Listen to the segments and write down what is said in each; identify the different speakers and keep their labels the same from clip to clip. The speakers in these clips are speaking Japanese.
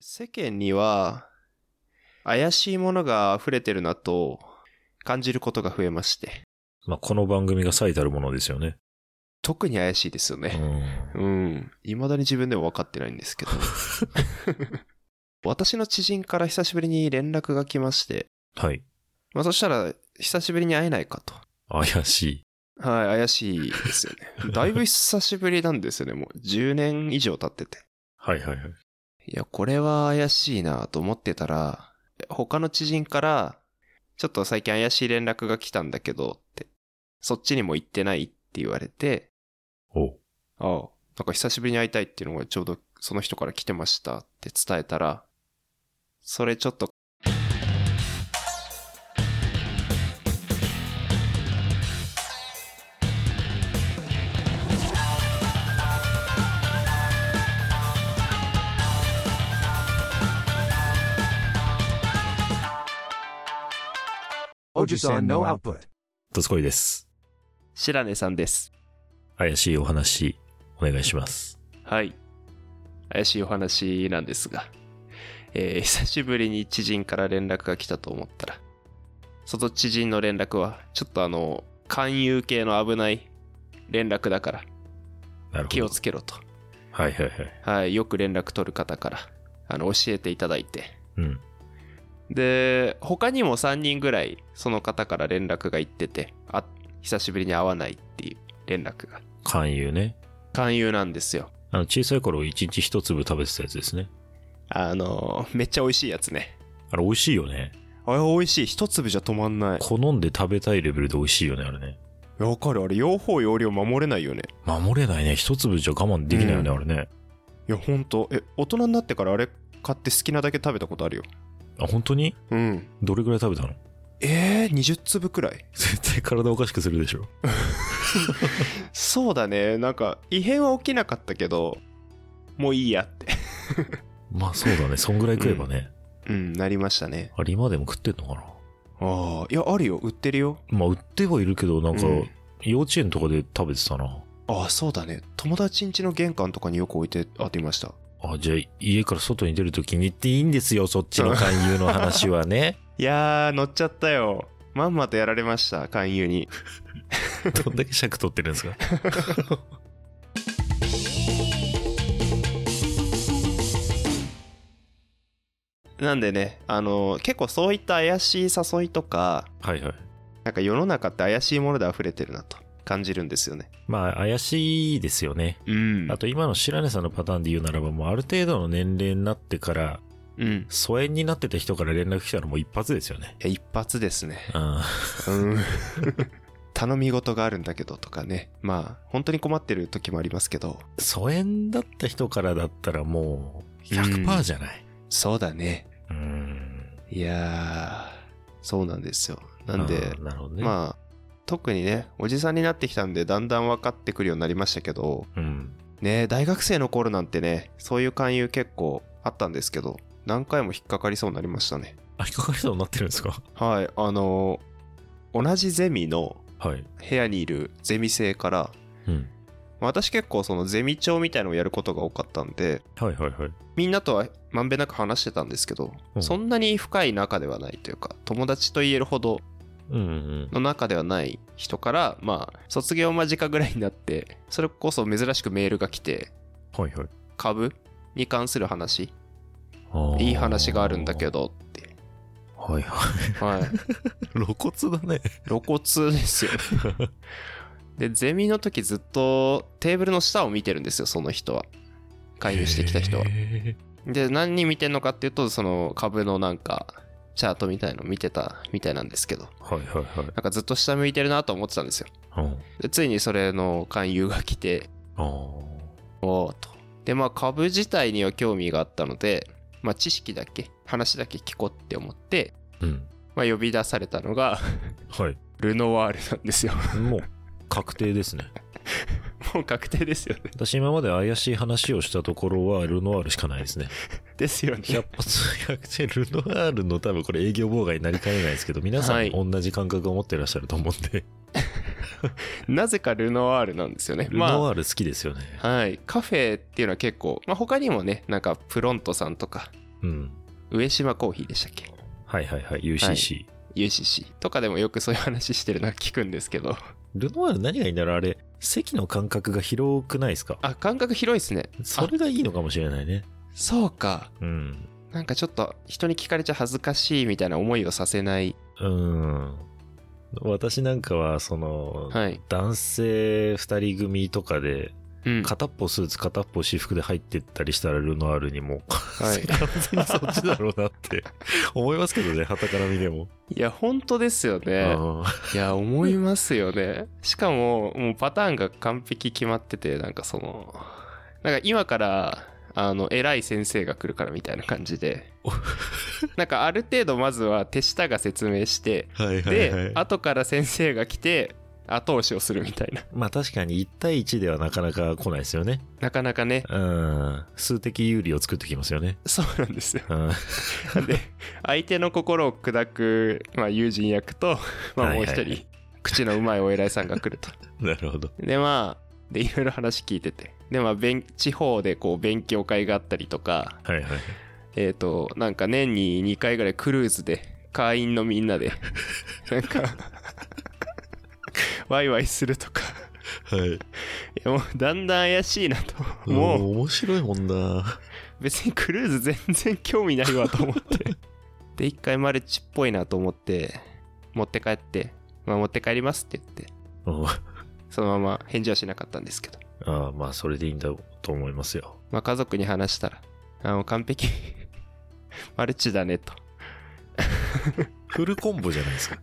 Speaker 1: 世間には怪しいものが溢れてるなと感じることが増えまして、
Speaker 2: まあ、この番組が最たるものですよね。
Speaker 1: 特に怪しいですよ
Speaker 2: う
Speaker 1: ね。
Speaker 2: ん。
Speaker 1: うん。未だに自分でも分かってないんですけ ど。私の知人から久しぶりに連絡が来まして、
Speaker 2: はい。
Speaker 1: まあそしたら久しぶりに会えないかと。
Speaker 2: 怪しい。
Speaker 1: はい、怪しいですよ ね。だいぶ久しぶりなんですよね、もう。10年以上経ってて。
Speaker 2: はいはいはい。
Speaker 1: いや、これは怪しいなと思ってたら、他の知人から、ちょっと最近怪しい連絡が来たんだけどって、そっちにも行ってないって言われて、
Speaker 2: おう
Speaker 1: ああ、なんか久しぶりに会いたいっていうのがちょうどその人から来てましたって伝えたら、それちょっと、
Speaker 3: Ojisan no output.
Speaker 2: どすこいです。
Speaker 1: 白根さんです。
Speaker 2: 怪しいお話、お願いします。
Speaker 1: はい。怪しいお話なんですが、えー 久しぶりに知人から連絡が来たと思ったら、その知人の連絡は、ちょっとあの、勧誘系の危ない連絡だから、
Speaker 2: なるほど。
Speaker 1: 気をつけろと。
Speaker 2: はいはいはい。
Speaker 1: はい、よく連絡取る方から、あの、教えていただいて。
Speaker 2: うん。
Speaker 1: で、他にも3人ぐらい、その方から連絡が行ってて、あ、久しぶりに会わないっていう連絡が。
Speaker 2: 勧誘ね。
Speaker 1: 勧誘なんですよ。
Speaker 2: あの、小さい頃一日一粒食べてたやつですね。
Speaker 1: あの、めっちゃ美味しいやつね。
Speaker 2: あれ美味しいよね。
Speaker 1: あれ美味しい。一粒じゃ止まんない。
Speaker 2: 好んで食べたいレベルで美味しいよね、あれね。
Speaker 1: わかる。あれ、用法用量守れないよね。
Speaker 2: 守れないね。一粒じゃ我慢できないよね、
Speaker 1: うん
Speaker 2: あれね。
Speaker 1: いや、ほんと。え、大人になってからあれ買って好きなだけ食べたことあるよ。
Speaker 2: あ、本当に
Speaker 1: うん。
Speaker 2: どれくらい食べたの
Speaker 1: えー、20粒くらい。
Speaker 2: 絶対体おかしくするでしょ。
Speaker 1: そうだね。なんか、異変は起きなかったけど、もういいやって。
Speaker 2: まあそうだね。そんぐらい食えばね。
Speaker 1: うん、なりましたね。
Speaker 2: あれ今でも食ってんのかな
Speaker 1: ああ、いや、あるよ。売ってるよ。
Speaker 2: まあ売ってはいるけど、なんか
Speaker 1: うん、
Speaker 2: 幼稚園とかで食べてたな。
Speaker 1: ああ、そうだね。友達ん家の玄関とかによく置いてあっていました。
Speaker 2: あ、じゃあ家から外に出るときに行っていいんですよ、そっちの勧誘の話は ね。
Speaker 1: いやー、乗っちゃったよ。まんまとやられました、勧誘に。
Speaker 2: どんだけ尺取ってるんですか。
Speaker 1: なんでね、あの結構そういった怪しい誘いとか、
Speaker 2: はいはい。
Speaker 1: なんか世の中って怪しいもので溢れてるなと感じるんですよね。
Speaker 2: まあ怪しいですよね。
Speaker 1: うん
Speaker 2: あと今の白根さんのパターンで言うならば、もうある程度の年齢になってから、
Speaker 1: うん。
Speaker 2: 疎遠になってた人から連絡来たのも一発です よね。
Speaker 1: いや一発ですね。
Speaker 2: うん。
Speaker 1: うん。頼み事があるんだけどとかね。まあ、本当に困ってる時もありますけど。
Speaker 2: 疎遠だった人からだったらもう
Speaker 1: うん
Speaker 2: 100%じゃない。
Speaker 1: そうだね。
Speaker 2: うん。
Speaker 1: いやー、そうなんですよ。なんで、
Speaker 2: あーなるほどね。あ、
Speaker 1: まあ、特にね、おじさんになってきたんで、だんだん分かってくるようになりましたけど、
Speaker 2: うん。
Speaker 1: ね、大学生の頃なんてね、そういう勧誘結構あったんですけど、何回も引っかかりそうになりましたね。
Speaker 2: あ、引っかかりそうになってるんですか
Speaker 1: はい、あのー同じゼミの
Speaker 2: はい。
Speaker 1: 部屋にいるゼミ生から、
Speaker 2: うん。
Speaker 1: まあ私結構そのゼミ長みたいのをやることが多かったんで、
Speaker 2: はいはいはい。
Speaker 1: みんなとはまんべんなく話してたんですけど、
Speaker 2: うん
Speaker 1: そんなに深い仲ではないというか、友達と言えるほど
Speaker 2: うんうん。
Speaker 1: の中ではない人から、まあ、卒業間近ぐらいになって、それこそ珍しくメールが来て、
Speaker 2: はいはい
Speaker 1: 株に関する話、
Speaker 2: あー。
Speaker 1: いい話があるんだけどって。
Speaker 2: はいは
Speaker 1: は
Speaker 2: い。
Speaker 1: い。
Speaker 2: 露骨だね。
Speaker 1: 露骨ですよ。で、ゼミの時ずっとテーブルの下を見てるんですよ、その人は。介入してきた人は。
Speaker 2: へ
Speaker 1: で、何人見てんのかっていうと、その株のなんか、チャートみたいの見てたみたいなんですけど、
Speaker 2: ーはいはいはい
Speaker 1: なんかずっと下向いてるなと思ってたんですよ。。
Speaker 2: うん。
Speaker 1: で、ついにそれの勧誘が来て、
Speaker 2: あー
Speaker 1: おーと。で、まあ株自体には興味があったので、まあ知識だけ、話だけ聞こうって思って、
Speaker 2: うん。
Speaker 1: まあ呼び出されたのが、
Speaker 2: はい。
Speaker 1: ルノワールなんですよ。
Speaker 2: もう、確定ですね。
Speaker 1: もう確定ですよね。
Speaker 2: 私今まで怪しい話をしたところはルノワールしかないですね。
Speaker 1: ですよね。
Speaker 2: 100発100中ルノワールの多分これ営業妨害になりかねないですけど、皆さ
Speaker 1: は
Speaker 2: ん
Speaker 1: い
Speaker 2: 同じ感覚を持ってらっしゃると思うんで、
Speaker 1: なぜかルノワールなんですよね。
Speaker 2: ルノ
Speaker 1: ま
Speaker 2: ワール好きですよね。
Speaker 1: あ、はい。カフェっていうのは結構、まあ、他にもね、なんかプロントさんとか、
Speaker 2: うん。
Speaker 1: 上島コーヒーでしたっけ
Speaker 2: はいはいはい、UCC。
Speaker 1: UCC とかでもよくそういう話してるのは聞くんですけど
Speaker 2: ルノワール何がいいんだろうあれ、席の間隔が広くないですか
Speaker 1: あ感覚広いですね
Speaker 2: それがいいのかもしれないね。
Speaker 1: そうか
Speaker 2: うん。
Speaker 1: なんかちょっと人に聞かれちゃ恥ずかしいみたいな思いをさせない
Speaker 2: うん。私なんかは、その、
Speaker 1: はい、
Speaker 2: 男性2人組とかで、
Speaker 1: うん、
Speaker 2: 片っぽスーツ、片っぽ私服で入ってったりしたら、ルノアールにも、
Speaker 1: はい
Speaker 2: 完全にそっちだろうなって思いますけどね、傍から見ても。
Speaker 1: いや本当ですよね、
Speaker 2: うん
Speaker 1: いや思いますよねしかももうパターンが完璧決まっててなんかそのなんか今からあの偉い先生が来るからみたいな感じ でなんかある程度まずは手下が説明して
Speaker 2: はいはい
Speaker 1: で、
Speaker 2: はい。
Speaker 1: 後から先生が来て後押しをするみたいな
Speaker 2: まあ確かに1対1ではなかなか来ないですよね。
Speaker 1: なかなかね
Speaker 2: うん。数的有利を作ってきますよね。
Speaker 1: そうなんですよ
Speaker 2: うん。
Speaker 1: なんで相手の心を砕く、まあ、友人役と、まあ、もう一人、
Speaker 2: はいはいは
Speaker 1: 口のうまいお偉いさんが来ると
Speaker 2: なるほど。
Speaker 1: でまあでいろいろ話聞いててでまあ勉地方でこう勉強会があったりとか
Speaker 2: はいはい。
Speaker 1: えっ、となんか年に2回ぐらいクルーズで会員のみんなで なんか ワイワイするとか
Speaker 2: はい。
Speaker 1: いやもうだんだん怪しいなともう
Speaker 2: もう面白いも んな。
Speaker 1: 別にクルーズ全然興味ないわと思ってで一回マルチっぽいなと思って持って帰って、まあ、持って帰りますって言って
Speaker 2: うんあ
Speaker 1: そのまま返事はしなかったんですけど
Speaker 2: あ、まあそれでいいんだと思いますよ。
Speaker 1: まあ、家族に話したら、あの完璧、 マルチだねと。
Speaker 2: フルコンボじゃないですか。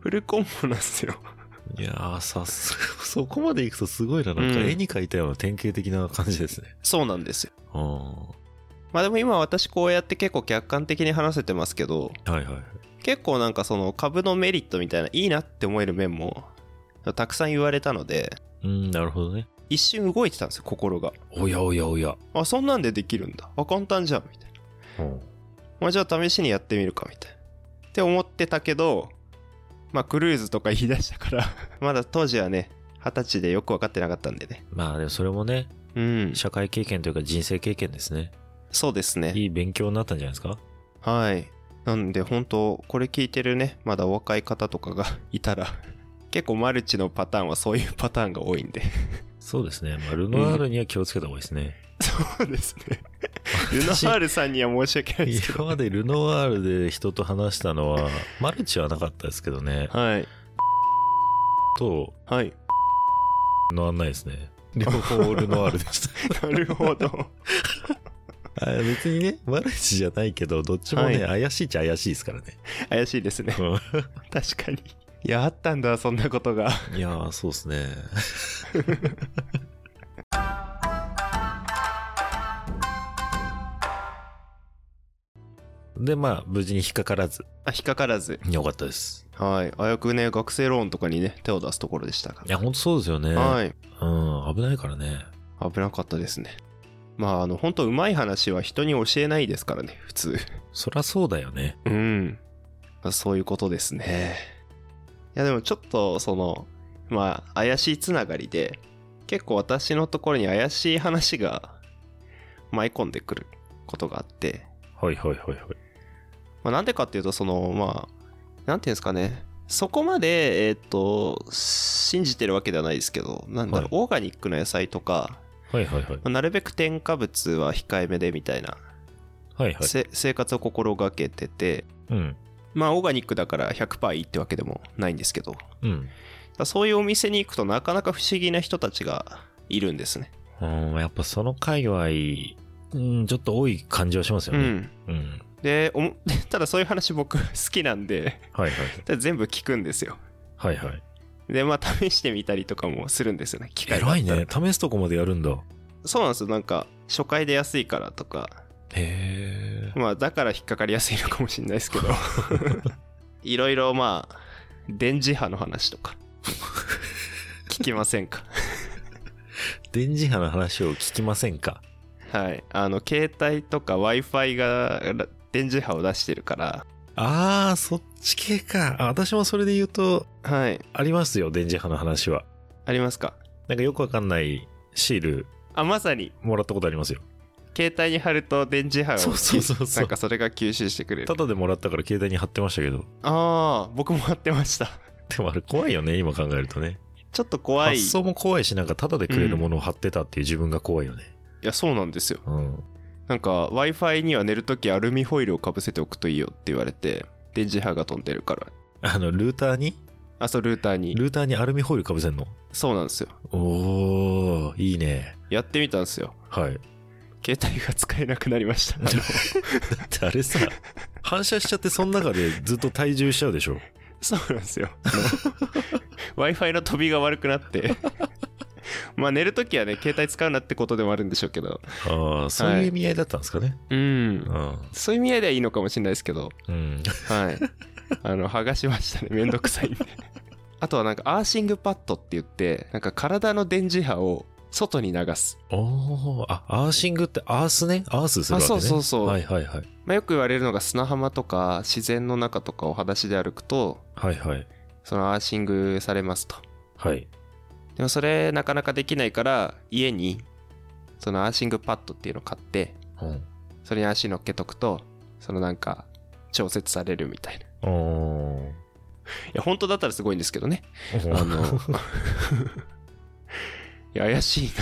Speaker 1: フルコンボなんですよ。
Speaker 2: いやー、さすが、そこまで行くとすごいな。なんか
Speaker 1: うん
Speaker 2: 絵に描いたような典型的な感じですね。
Speaker 1: そうなんですよ。
Speaker 2: うん。は
Speaker 1: まあでも今私こうやって結構客観的に話せてますけど、
Speaker 2: いはい。
Speaker 1: 結構なんかその株のメリットみたいな、いいなって思える面も、たくさん言われたので、
Speaker 2: うん、なるほどね。
Speaker 1: 一瞬動いてたんですよ、心が。
Speaker 2: おやおやおや。
Speaker 1: あ、そんなんでできるんだ。あ、簡単じゃん、みたいな。
Speaker 2: うん。
Speaker 1: まあじゃあ試しにやってみるか、みたいな。って思ってたけど、まあクルーズとか言い出したから、 まだ当時はね、二十歳でよく分かってなかったんでね。
Speaker 2: まあでもそれもね、
Speaker 1: うん。
Speaker 2: 社会経験というか人生経験ですね。
Speaker 1: そうですね。
Speaker 2: いい勉強になったんじゃないですか
Speaker 1: はい。なんで本当これ聞いてるね、まだお若い方とかが いたら、結構マルチのパターンはそういうパターンが多いんで。
Speaker 2: そうですね。まあ、ルノアールには気をつけた方がいいですね。
Speaker 1: そうですね。ルノハールさんには申し訳ないですけ
Speaker 2: 今
Speaker 1: ど。
Speaker 2: までルノワールで人と話したのは、マルチはなかったですけどね。
Speaker 1: はい。
Speaker 2: と、
Speaker 1: はい。
Speaker 2: の案内ですね。両方ルノワールでした。
Speaker 1: なるほど。
Speaker 2: あ別にね、マルチじゃないけど、どっちもね、
Speaker 1: は
Speaker 2: 怪しいっちゃ怪しいですからね。
Speaker 1: 怪しいですね。確かに。いや、あったんだ、そんなことが。
Speaker 2: いやー、そうですね。 で、まあ、無事に引っかからず、
Speaker 1: あ、引っかからず。
Speaker 2: よかったです。
Speaker 1: はい。あやくね、学生ローンとかにね、手を出すところでしたが
Speaker 2: い。や、ほんとそうですよね。
Speaker 1: はい。
Speaker 2: うん、危ないからね。
Speaker 1: 危なかったですね。まあ、あの、本当うまい話は人に教えないですからね、普通。
Speaker 2: そらそうだよね。
Speaker 1: うん。まあそういうことですね。いや、でもちょっと、その、まあ、怪しいつながりで、結構私のところに怪しい話が舞い込んでくることがあって、
Speaker 2: はいはいはいはい。
Speaker 1: まあ、なんでかっていうと、その、まあ、なんていうんですかね、そこまで、えーっと、信じてるわけではないですけど、なんだろう、オーガニックの野菜とか、
Speaker 2: はいはいはい
Speaker 1: ま。あなるべく添加物は控えめでみたいな、
Speaker 2: はいはい。
Speaker 1: せ生活を心がけてて、
Speaker 2: うん。
Speaker 1: まあオーガニックだから100%いいってわけでもないんですけどだか
Speaker 2: うん。
Speaker 1: らそういうお店に行くとなかなか不思議な人たちがいるんですね
Speaker 2: うん、やっぱその界隈、うん、ちょっと多い感じはしますよ
Speaker 1: う
Speaker 2: ね。
Speaker 1: ん
Speaker 2: うん。
Speaker 1: でおも ただそういう話僕好きなんで
Speaker 2: はいはい。
Speaker 1: 全部聞くんですよ
Speaker 2: はいはい。
Speaker 1: でまあ試してみたりとかもするんですよね機会があ
Speaker 2: 偉
Speaker 1: っ
Speaker 2: い
Speaker 1: たら
Speaker 2: ね。試すとこまでやるんだ。
Speaker 1: そうなんですよなんか初回で安いからとか
Speaker 2: へ
Speaker 1: まあだから引っかかりやすいのかもしれないです けどいろいろまあ電磁波の話とか聞きませんか
Speaker 2: 電磁波の話を聞きませんか
Speaker 1: はい、あの携帯とか w i f i がら電磁波を出してるから、
Speaker 2: あー、そっち系か。あ私もそれで言うと、
Speaker 1: はい、
Speaker 2: ありますよ、電磁波の話は。
Speaker 1: ありますか
Speaker 2: なんかよくわかんないシール
Speaker 1: あまさに
Speaker 2: もらったことありますよ。
Speaker 1: 携帯に貼ると電磁波を
Speaker 2: そうそうそうそう
Speaker 1: なんかそれが吸収してくれる
Speaker 2: ただでもらったから携帯に貼ってましたけど。
Speaker 1: ああ僕も貼ってました
Speaker 2: でもあれ怖いよね、今考えるとね。
Speaker 1: ちょっと怖い
Speaker 2: 発
Speaker 1: い
Speaker 2: 想も怖いし、なんかただでくれるものを貼ってたっていう自分が怖いよね。
Speaker 1: やそうなんですよ
Speaker 2: うん。
Speaker 1: なんか w i f i には寝るときアルミホイルをかぶせておくといいよって言われて電磁波が飛んでるから
Speaker 2: あの、ルーターに
Speaker 1: あそうルーターに
Speaker 2: ルーターにアルミホイルかぶせんの
Speaker 1: そうなんですよ
Speaker 2: おー、いいね。
Speaker 1: やってみたんですよ
Speaker 2: はい。
Speaker 1: 携帯が使えなくなりました
Speaker 2: だってあれさ、反射しちゃってその中でずっと体重しちゃうでしょ。
Speaker 1: そうなんですよ w i f i の飛びが悪くなってまあ寝るときはね携帯使うなってことでもあるんでしょうけど
Speaker 2: ああ、そういう意味合いだったんですかね。
Speaker 1: うん
Speaker 2: うん。
Speaker 1: そういう意味合いではいいのかもしれないですけど
Speaker 2: うん。
Speaker 1: はいあの剥がしましたねめんどくさいんであとはなんかアーシングパッドって言ってなんか体の電磁波を外に流す、
Speaker 2: おー、あ、アーシングってアースね。アースするわけね。
Speaker 1: あそうそうそう
Speaker 2: はいはいはい。
Speaker 1: まあ、よく言われるのが砂浜とか自然の中とかを裸足で歩くと
Speaker 2: はいはい。
Speaker 1: そのアーシングされますと
Speaker 2: はい。
Speaker 1: でもそれなかなかできないから家にそのアーシングパッドっていうのを買って
Speaker 2: うん。
Speaker 1: それに足乗っけとくとそのなんか調節されるみたいない
Speaker 2: おー。
Speaker 1: や本当だったらすごいんですけどねあの いや怪しいなっ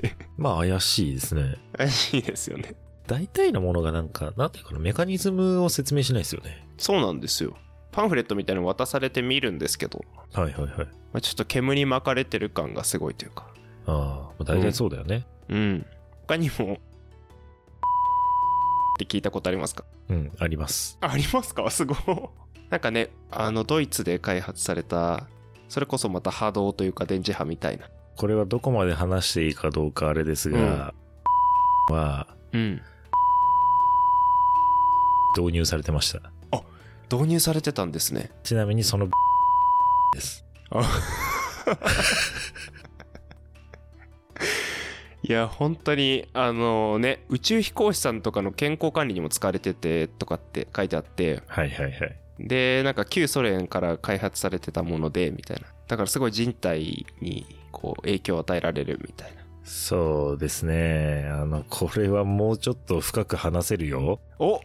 Speaker 1: て
Speaker 2: まあ怪しいですね。
Speaker 1: 怪しいですよね
Speaker 2: 大体のものがなんか、なんていうかな、メカニズムを説明しないですよね。
Speaker 1: そうなんですよパンフレットみたいなの渡されてみるんですけど、
Speaker 2: はいはいはい。
Speaker 1: まあ、ちょっと煙に巻かれてる感がすごいというか
Speaker 2: ああ、まあ大体そうだよね。
Speaker 1: うん他にもって聞いたことありますか
Speaker 2: うん、あります。
Speaker 1: ありますか すごい。なんかね、あの、ドイツで開発された、それこそまた波動というか電磁波みたいな。
Speaker 2: これはどこまで話していいかどうかあれですが、は
Speaker 1: うん。
Speaker 2: 導入されてました。
Speaker 1: 導入されてたんですね。
Speaker 2: ちなみにその、です。
Speaker 1: いや、本当に、あのね、宇宙飛行士さんとかの健康管理にも使われててとかって書いてあって、
Speaker 2: はいはいはい。
Speaker 1: で、なんか旧ソ連から開発されてたもので、みたいな。だからすごい人体に、こう、影響を与えられるみたいな。
Speaker 2: そうですね。あの、これはもうちょっと深く話せるよ。
Speaker 1: お聞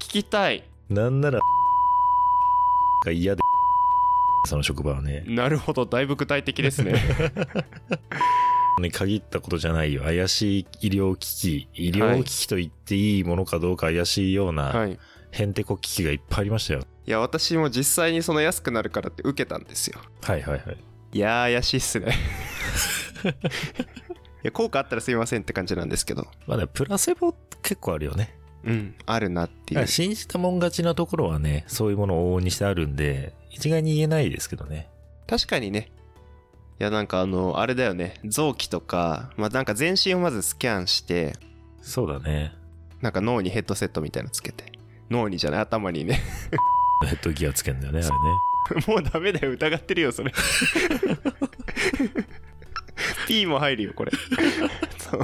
Speaker 1: きたい
Speaker 2: なんなら、が嫌で、その職場はね、
Speaker 1: なるほど、だいぶ具体的です ね。
Speaker 2: に限ったことじゃないよ。怪しい医療機器、医療機器と言っていいものかどうか怪しいような、
Speaker 1: はい。
Speaker 2: へんてこ機器がいっぱいありましたよ。
Speaker 1: いや私も実際にその安くなるからって受けたんですよ
Speaker 2: はいはいはい。
Speaker 1: いやー怪しいっすねいや効果あったらすいませんって感じなんですけど
Speaker 2: まあね、プラセボ結構あるよね。
Speaker 1: うんあるなってい
Speaker 2: だか
Speaker 1: う
Speaker 2: ら信じたもん勝ちなところはね、そういうものを往々にしてあるんで、一概に言えないですけどね。
Speaker 1: 確かにねいやなんかあのあれだよね臓器とかまあなんか全身をまずスキャンして
Speaker 2: そうだね。
Speaker 1: なんか脳にヘッドセットみたいのつけて脳にじゃない頭にね
Speaker 2: ヘッドギアつけんだよね、あれね。
Speaker 1: もうダメだよ疑ってるよそ れ P も入るよこれ そう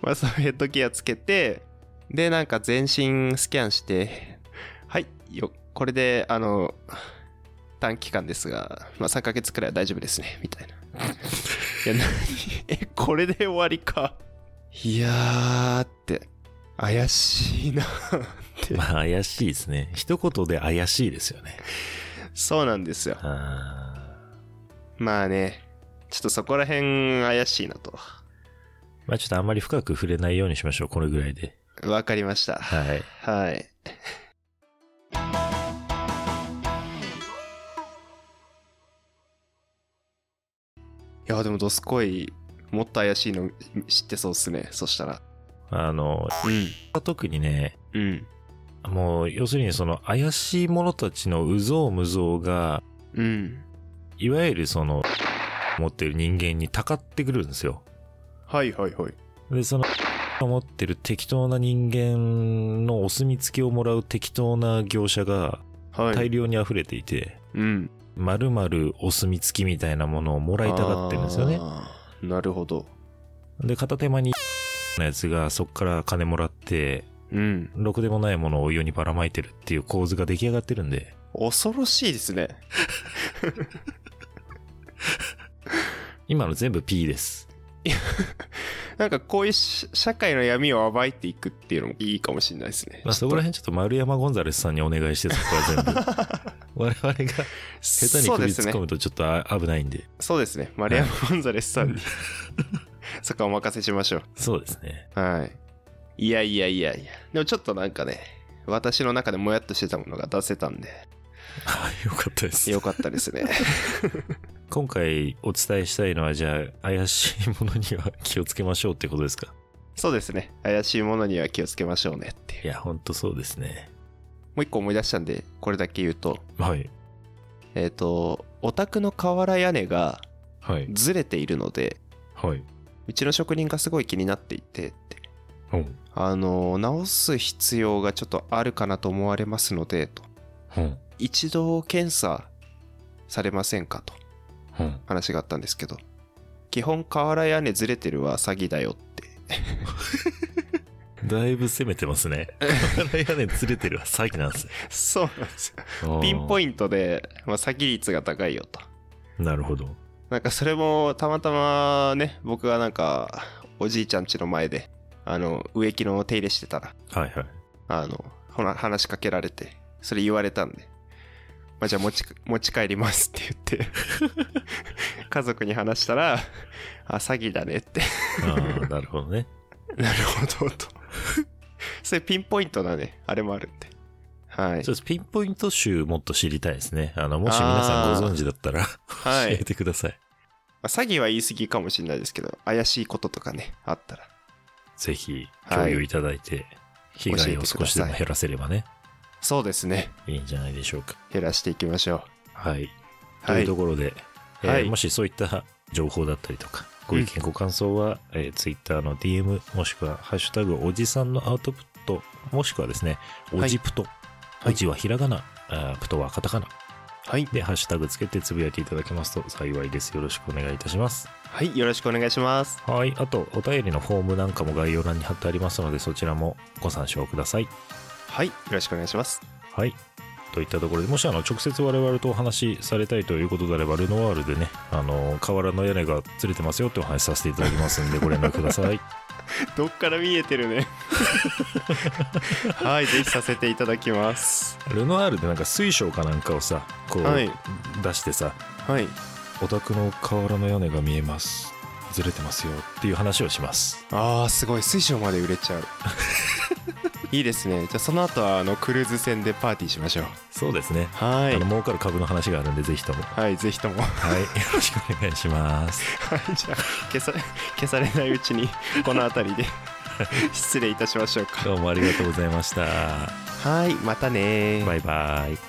Speaker 1: まあそのヘッドギアつけてでなんか全身スキャンしてはいよこれであの短期間ですが、まあ、3ヶ月くらいは大丈夫ですねみたいな いや何えこれで終わりかいやーって怪しいなって
Speaker 2: まあ怪しいですね。一言で怪しいですよね。
Speaker 1: そうなんですよ
Speaker 2: あ
Speaker 1: まあね、ちょっとそこら辺怪しいなと。
Speaker 2: ーまあちょっとあんまり深く触れないようにしましょう、これぐらいで。
Speaker 1: わかりました。
Speaker 2: はい。
Speaker 1: はい。いや、でもドスコイ、もっと怪しいの知ってそうっすね。そしたら。
Speaker 2: あの、
Speaker 1: うん。
Speaker 2: 特にね、
Speaker 1: うん。
Speaker 2: もう要するにその怪しい者たちの有象無象が、
Speaker 1: うん。
Speaker 2: いわゆるその、持ってる人間にたかってくるんですよ。
Speaker 1: はいはいはい。
Speaker 2: で、その、持ってる適当な人間のお墨付きをもらう適当な業者が
Speaker 1: はい。
Speaker 2: 大量に溢れていて、
Speaker 1: うん。
Speaker 2: まるまるお墨付きみたいなものをもらいたがってるんですよね。
Speaker 1: あー。なるほど。
Speaker 2: で、片手間に、 なやつがそっから金もらって、
Speaker 1: うん。
Speaker 2: ろくでもないものを世にばらまいてるっていう構図が出来上がってるんで、
Speaker 1: 恐ろしいですね。
Speaker 2: 今の全部 P です。
Speaker 1: なんかこういうし社会の闇を暴いていくっていうのもいいかもしれないですね。
Speaker 2: まあ、そこら辺ちょっと丸山ゴンザレスさんにお願いして、そこは全部。 我々が下
Speaker 1: 下
Speaker 2: 手に
Speaker 1: そう
Speaker 2: 首
Speaker 1: で
Speaker 2: 突
Speaker 1: す
Speaker 2: っ
Speaker 1: ね
Speaker 2: 込。むとちょっとあ危ないんで。
Speaker 1: そうですね。マリアム・ゴンザレスさ んに、そこはお任せしましょ
Speaker 2: そうですね。
Speaker 1: う。はい。いやいやいやいや。でもちょっとなんかね、私の中でもやっとしてたものが出せたんで、
Speaker 2: はい、 よかったです。
Speaker 1: よかったです ね。
Speaker 2: 今回お伝えしたいのは、じゃあ、怪しいものには気をつけましょうってことですか。
Speaker 1: そうですね。怪しいものには気をつけましょうねっていう。
Speaker 2: いや、ほんとそうですね。
Speaker 1: もう一個思い出したんで、これだけ言うと、
Speaker 2: はい。
Speaker 1: えっ、と、お宅の瓦屋根が
Speaker 2: はい。
Speaker 1: ずれているので、
Speaker 2: はい。
Speaker 1: うちの職人がすごい気になっていてって
Speaker 2: うん。
Speaker 1: あの直す必要がちょっとあるかなと思われますのでと
Speaker 2: うん。
Speaker 1: 一度検査されませんかと
Speaker 2: うん。
Speaker 1: 話があったんですけど基本瓦屋根ずれてるは詐欺だよって
Speaker 2: だいぶ攻めてますね。瓦屋根ずれてるは詐欺なんですね。
Speaker 1: そうなんですよ ピンポ
Speaker 2: イン
Speaker 1: イントで、まあ、詐欺率が高いよと
Speaker 2: ト。なるほど。
Speaker 1: なんかそれもたまたまね僕がなんかおじいちゃん家の前であの植木の手入れしてたら
Speaker 2: はいはい。
Speaker 1: あの、ほな話しかけられて、それ言われたんで、まあ、じゃあ持ち持ち帰りますって 言って、家族に話したら、あ、詐欺だねって。
Speaker 2: ああ、 なるほどね。
Speaker 1: なるほど、と。 それピンポイントだね、あれもあるんで。はい
Speaker 2: そ。うです。ピンポイント集もっと知りたいですね。あの、もし皆さんご存知だったら教
Speaker 1: はい
Speaker 2: えてください。
Speaker 1: まあ詐欺は言い過ぎかもしれないですけど、怪しいこととかね、あったら。
Speaker 2: ぜひ
Speaker 1: はい
Speaker 2: 共有いただいて、被害を少しでも減らせればね、
Speaker 1: そうですね。
Speaker 2: いいんじゃないでしょうか。
Speaker 1: 減らしていきましょ
Speaker 2: はい。
Speaker 1: う。
Speaker 2: と。
Speaker 1: はいいう
Speaker 2: ところで、えー
Speaker 1: はい
Speaker 2: もしそういった情報だったりとか、ご意見、ご感想は、えー、Twitter の DM、もしくは、ハッシュタグ、おじさんのアウトプット、もしくはですね、
Speaker 1: い
Speaker 2: おじプト、
Speaker 1: い
Speaker 2: おじはひらがな、あープトはカタカナ
Speaker 1: はい。
Speaker 2: で、ハッシュタグつけてつぶやいていただけますと幸いです。よろしくお願いいたします。
Speaker 1: はい。よろしくお願いします。
Speaker 2: はい。あと、お便りのフォームなんかも概要欄に貼ってありますので、そちらもご参照ください。
Speaker 1: はい。よろしくお願いします。
Speaker 2: はい。といったところで、もしあの直接我々とお話しされたいということであれば、ルノワールでね、あの、瓦の屋根がずれてますよってお話しさせていただきますんで、ご連絡く ださい。
Speaker 1: どっから見えてるね。はい、ぜひさせていただきます。
Speaker 2: ルノワールでなんか水晶かなんかをさ、こう、
Speaker 1: はい
Speaker 2: 出してさ、
Speaker 1: はい。
Speaker 2: お宅の瓦の屋根が見えます。ずれてますよっていう話をします。
Speaker 1: ああ、すごい。水晶まで売れちゃう。いいですね。じゃあその後はあのクルーズ船でパーティーしましょう。
Speaker 2: そうですね。
Speaker 1: は
Speaker 2: あの、
Speaker 1: い。
Speaker 2: 儲かる株の話があるんで、ぜひとも。
Speaker 1: はい、ぜひとも。
Speaker 2: はい。よろしくお願いします。
Speaker 1: はい、 じゃあ消さ消されないうちにこの辺りで 失礼いたしましょうか。
Speaker 2: どうもありがとうございました。
Speaker 1: はい、またねー
Speaker 2: バイバイ。